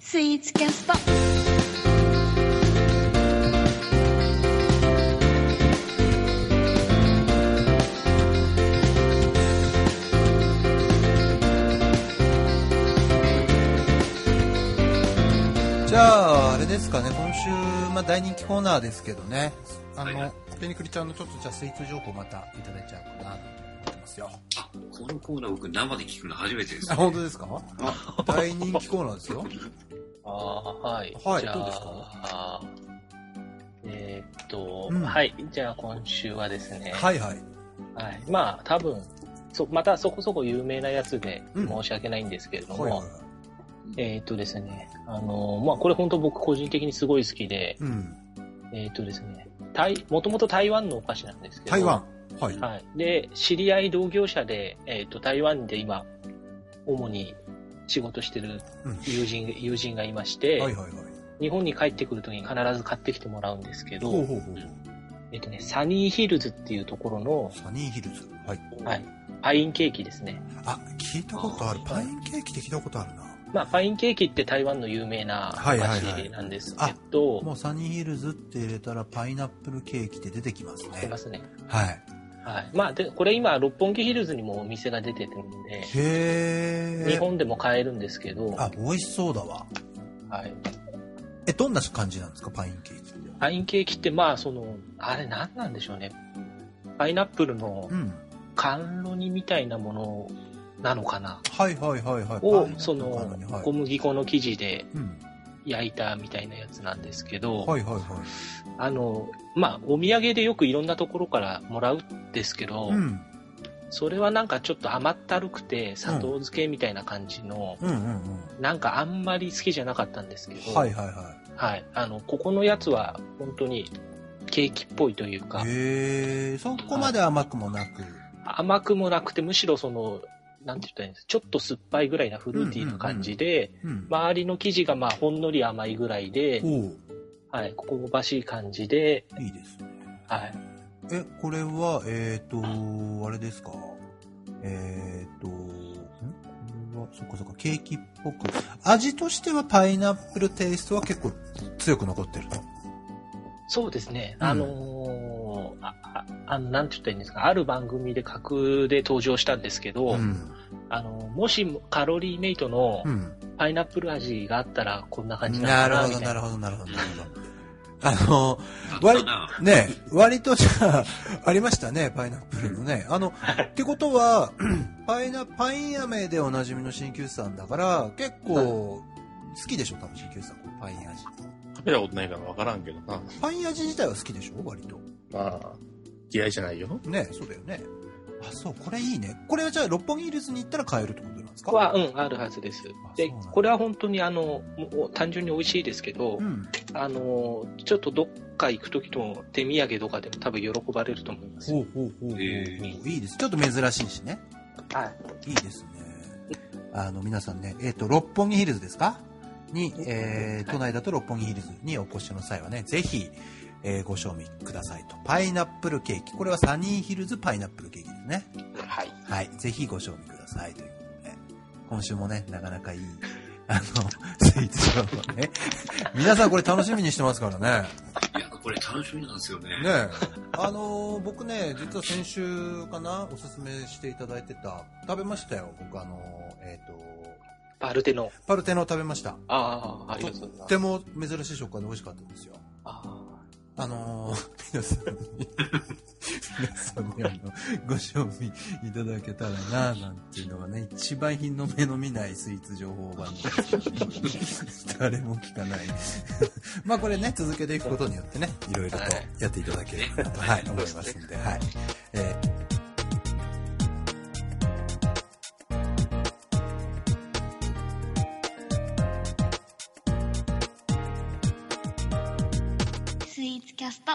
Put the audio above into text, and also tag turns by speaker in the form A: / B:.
A: スイーツキャスト。
B: じゃあ、あれですかね、今週、まあ、大人気コーナーですけどね、あの、ペニクリちゃんのちょっとじゃあスイーツ情報またいただいちゃおうかなと思ってますよ。
C: あ、このコーナー僕生で聞くの初めてです
B: あ、。本当ですか大人気コーナーですよ。
D: ああ、はい。
B: はい
D: じゃあ
B: どうですか
D: えーっと、
B: うん
D: はい。じゃあ今週はですね、
B: はいはい。
D: はい。まあ多分、そまたそこそこ有名なやつで
B: うん
D: 申し訳ないんですけれども、
B: はいはい。
D: えーっとですね、あのまあこれ本当僕個人的にすごい好きで、
B: うん。
D: えーっとですね、台、もともと台湾のお菓子なんですけど、
B: 台湾。はい。
D: はい。で、知り合い同業者で、えっ、と、台湾で今、主に仕事してる
B: うん
D: 友人、友人がいまして、
B: はいはいはい。
D: 日本に帰ってくるときに必ず買ってきてもらうんですけ
B: ほう
D: ど、
B: ほうほう。
D: えっ、とね、サニーヒルズっていうところの
B: サニーヒルズ。はい。
D: パインケーキですね。
B: あ、聞いたことある。パインケーキって聞いたことあるな。
D: まあ、パインケーキって台湾の有名なお
B: はいは
D: 菓
B: い
D: 子
B: はい
D: なんですけど、
B: もうサニーヒルズって入れたらパイナップルケーキって出てきます
D: 出
B: ね
D: ま。すね。
B: はい。
D: はい。まあ、で、これ今、六本木ヒルズにもお店が出ててるんで、
B: へー。
D: 日本でも買えるんですけど、
B: あ、美味しそうだわ。
D: はい。
B: え、どんな感じなんですか、パインケーキって。
D: パインケーキって、まあ、その、あれ何なんでしょうね。パイナップルの
B: うん。
D: 甘露煮みたいなものなのかな
B: はいはいはいはい。
D: を
B: パイ、ナ
D: そ
B: パイナ
D: の
B: には、い
D: 小麦粉の生地で
B: うん。
D: 焼いたみたいなやつなんですけど、
B: はいはいは
D: あの、まあ、お土産でよくいろんなところからもらうんですけど
B: い。う、ん。
D: それはなんかちょっと甘ったるくて、砂糖漬けみたいな感じの、
B: うんうんうん。
D: なんかあんまり好きじゃなかったんですけど、
B: はいはいは
D: はい。あの、ここのやつは本当にケーキっぽいというか
B: い。、へえ、そこまで甘くもなく。
D: 甘くもなくて、むしろその、なんて言ったらいいんですかちょっと酸っぱいぐらいなフルーティーな感じで、
B: うん。
D: 周りの生地がまあほんのり甘いぐらいで
B: お、う
D: はい、香ばしい感じで、
B: いいですね。
D: はい。
B: え、これは、えっ、ー、と、あれですか。えっ、ー、と、んこれは、そっかそっか、ケーキっぽく。味としてはパイナップルテイストは結構強く残ってると。
D: そうですね、
B: うん
D: あのーあああの、なんて言ったらいいんですか、ある番組で架空で登場したんですけど、
B: うん。
D: あの、もしもカロリーメイトの
B: うん。
D: パイナップル味があったらこんな感じ
B: な
D: なの
B: る
D: か
B: ほ
D: なみ
B: ど、
D: た
B: ないる
D: な。
B: ほど、なるほど、なるほど。あの、
C: あ
B: 割
C: ったな
B: ね割とじゃあ、ありましたね、パイナップルのね。あの、ってことは、パイナ、パイン飴でおなじみの鍼灸師さんだから、結構、好きでしょ、多分鍼灸師さん、このパイン味。
E: 食べたことないから分からんけどな。
B: パイン味自体は好きでしょ、割と。
E: まあ、嫌いじゃないよ。
B: ねそうだよね。あ、そう、これいいね。これはじゃあ、六本木ヒルズに行ったら買えるってことなんですか
D: は、うん、あるはずです。で
B: そうなんだ、
D: これは本当にあの、もう単純に美味しいですけど、
B: うん。
D: あのーちょっとどっか行くときと手土産とかでも多分喜ばれると思います。
B: ほうほうほうほう。
C: えー
B: いいです。ちょっと珍しいしね。
D: はい。
B: いいですね。あの、皆さんね、えっ、と、六本木ヒルズですかに、えー、都内だと六本木ヒルズにお越しの際はね、ぜひ、えーご賞味くださいと。パイナップルケーキ。これはサニーヒルズパイナップルケーキですね。
D: はい。
B: はい。ぜひご賞味くださいということで。今週もね、なかなかいい、あの、スイーツ情報ね。皆さんこれ楽しみにしてますからね。
C: いや、これ楽しみなんですよね。
B: ねえあのー僕ね、実は先週かな、おすすめしていただいてた、食べましたよ。僕あのーえっ、と、
D: パルテの。
B: パルテノを食べました。
D: ああ、ありがとうござい
B: とっ
D: ます。
B: ても珍しい食感で美味しかったんですよ。
D: あ
B: あのー、 皆さんに、皆さんにあの、ご賞味いただけたらな、なんていうのがね、一番日の目の見ないスイーツ情報番組ですけど 誰も聞かない。 まあこれね、続けていくことによってね、いろいろとやっていただければなと、はい、思いますんで、はい。えー
A: スイーツキャスト。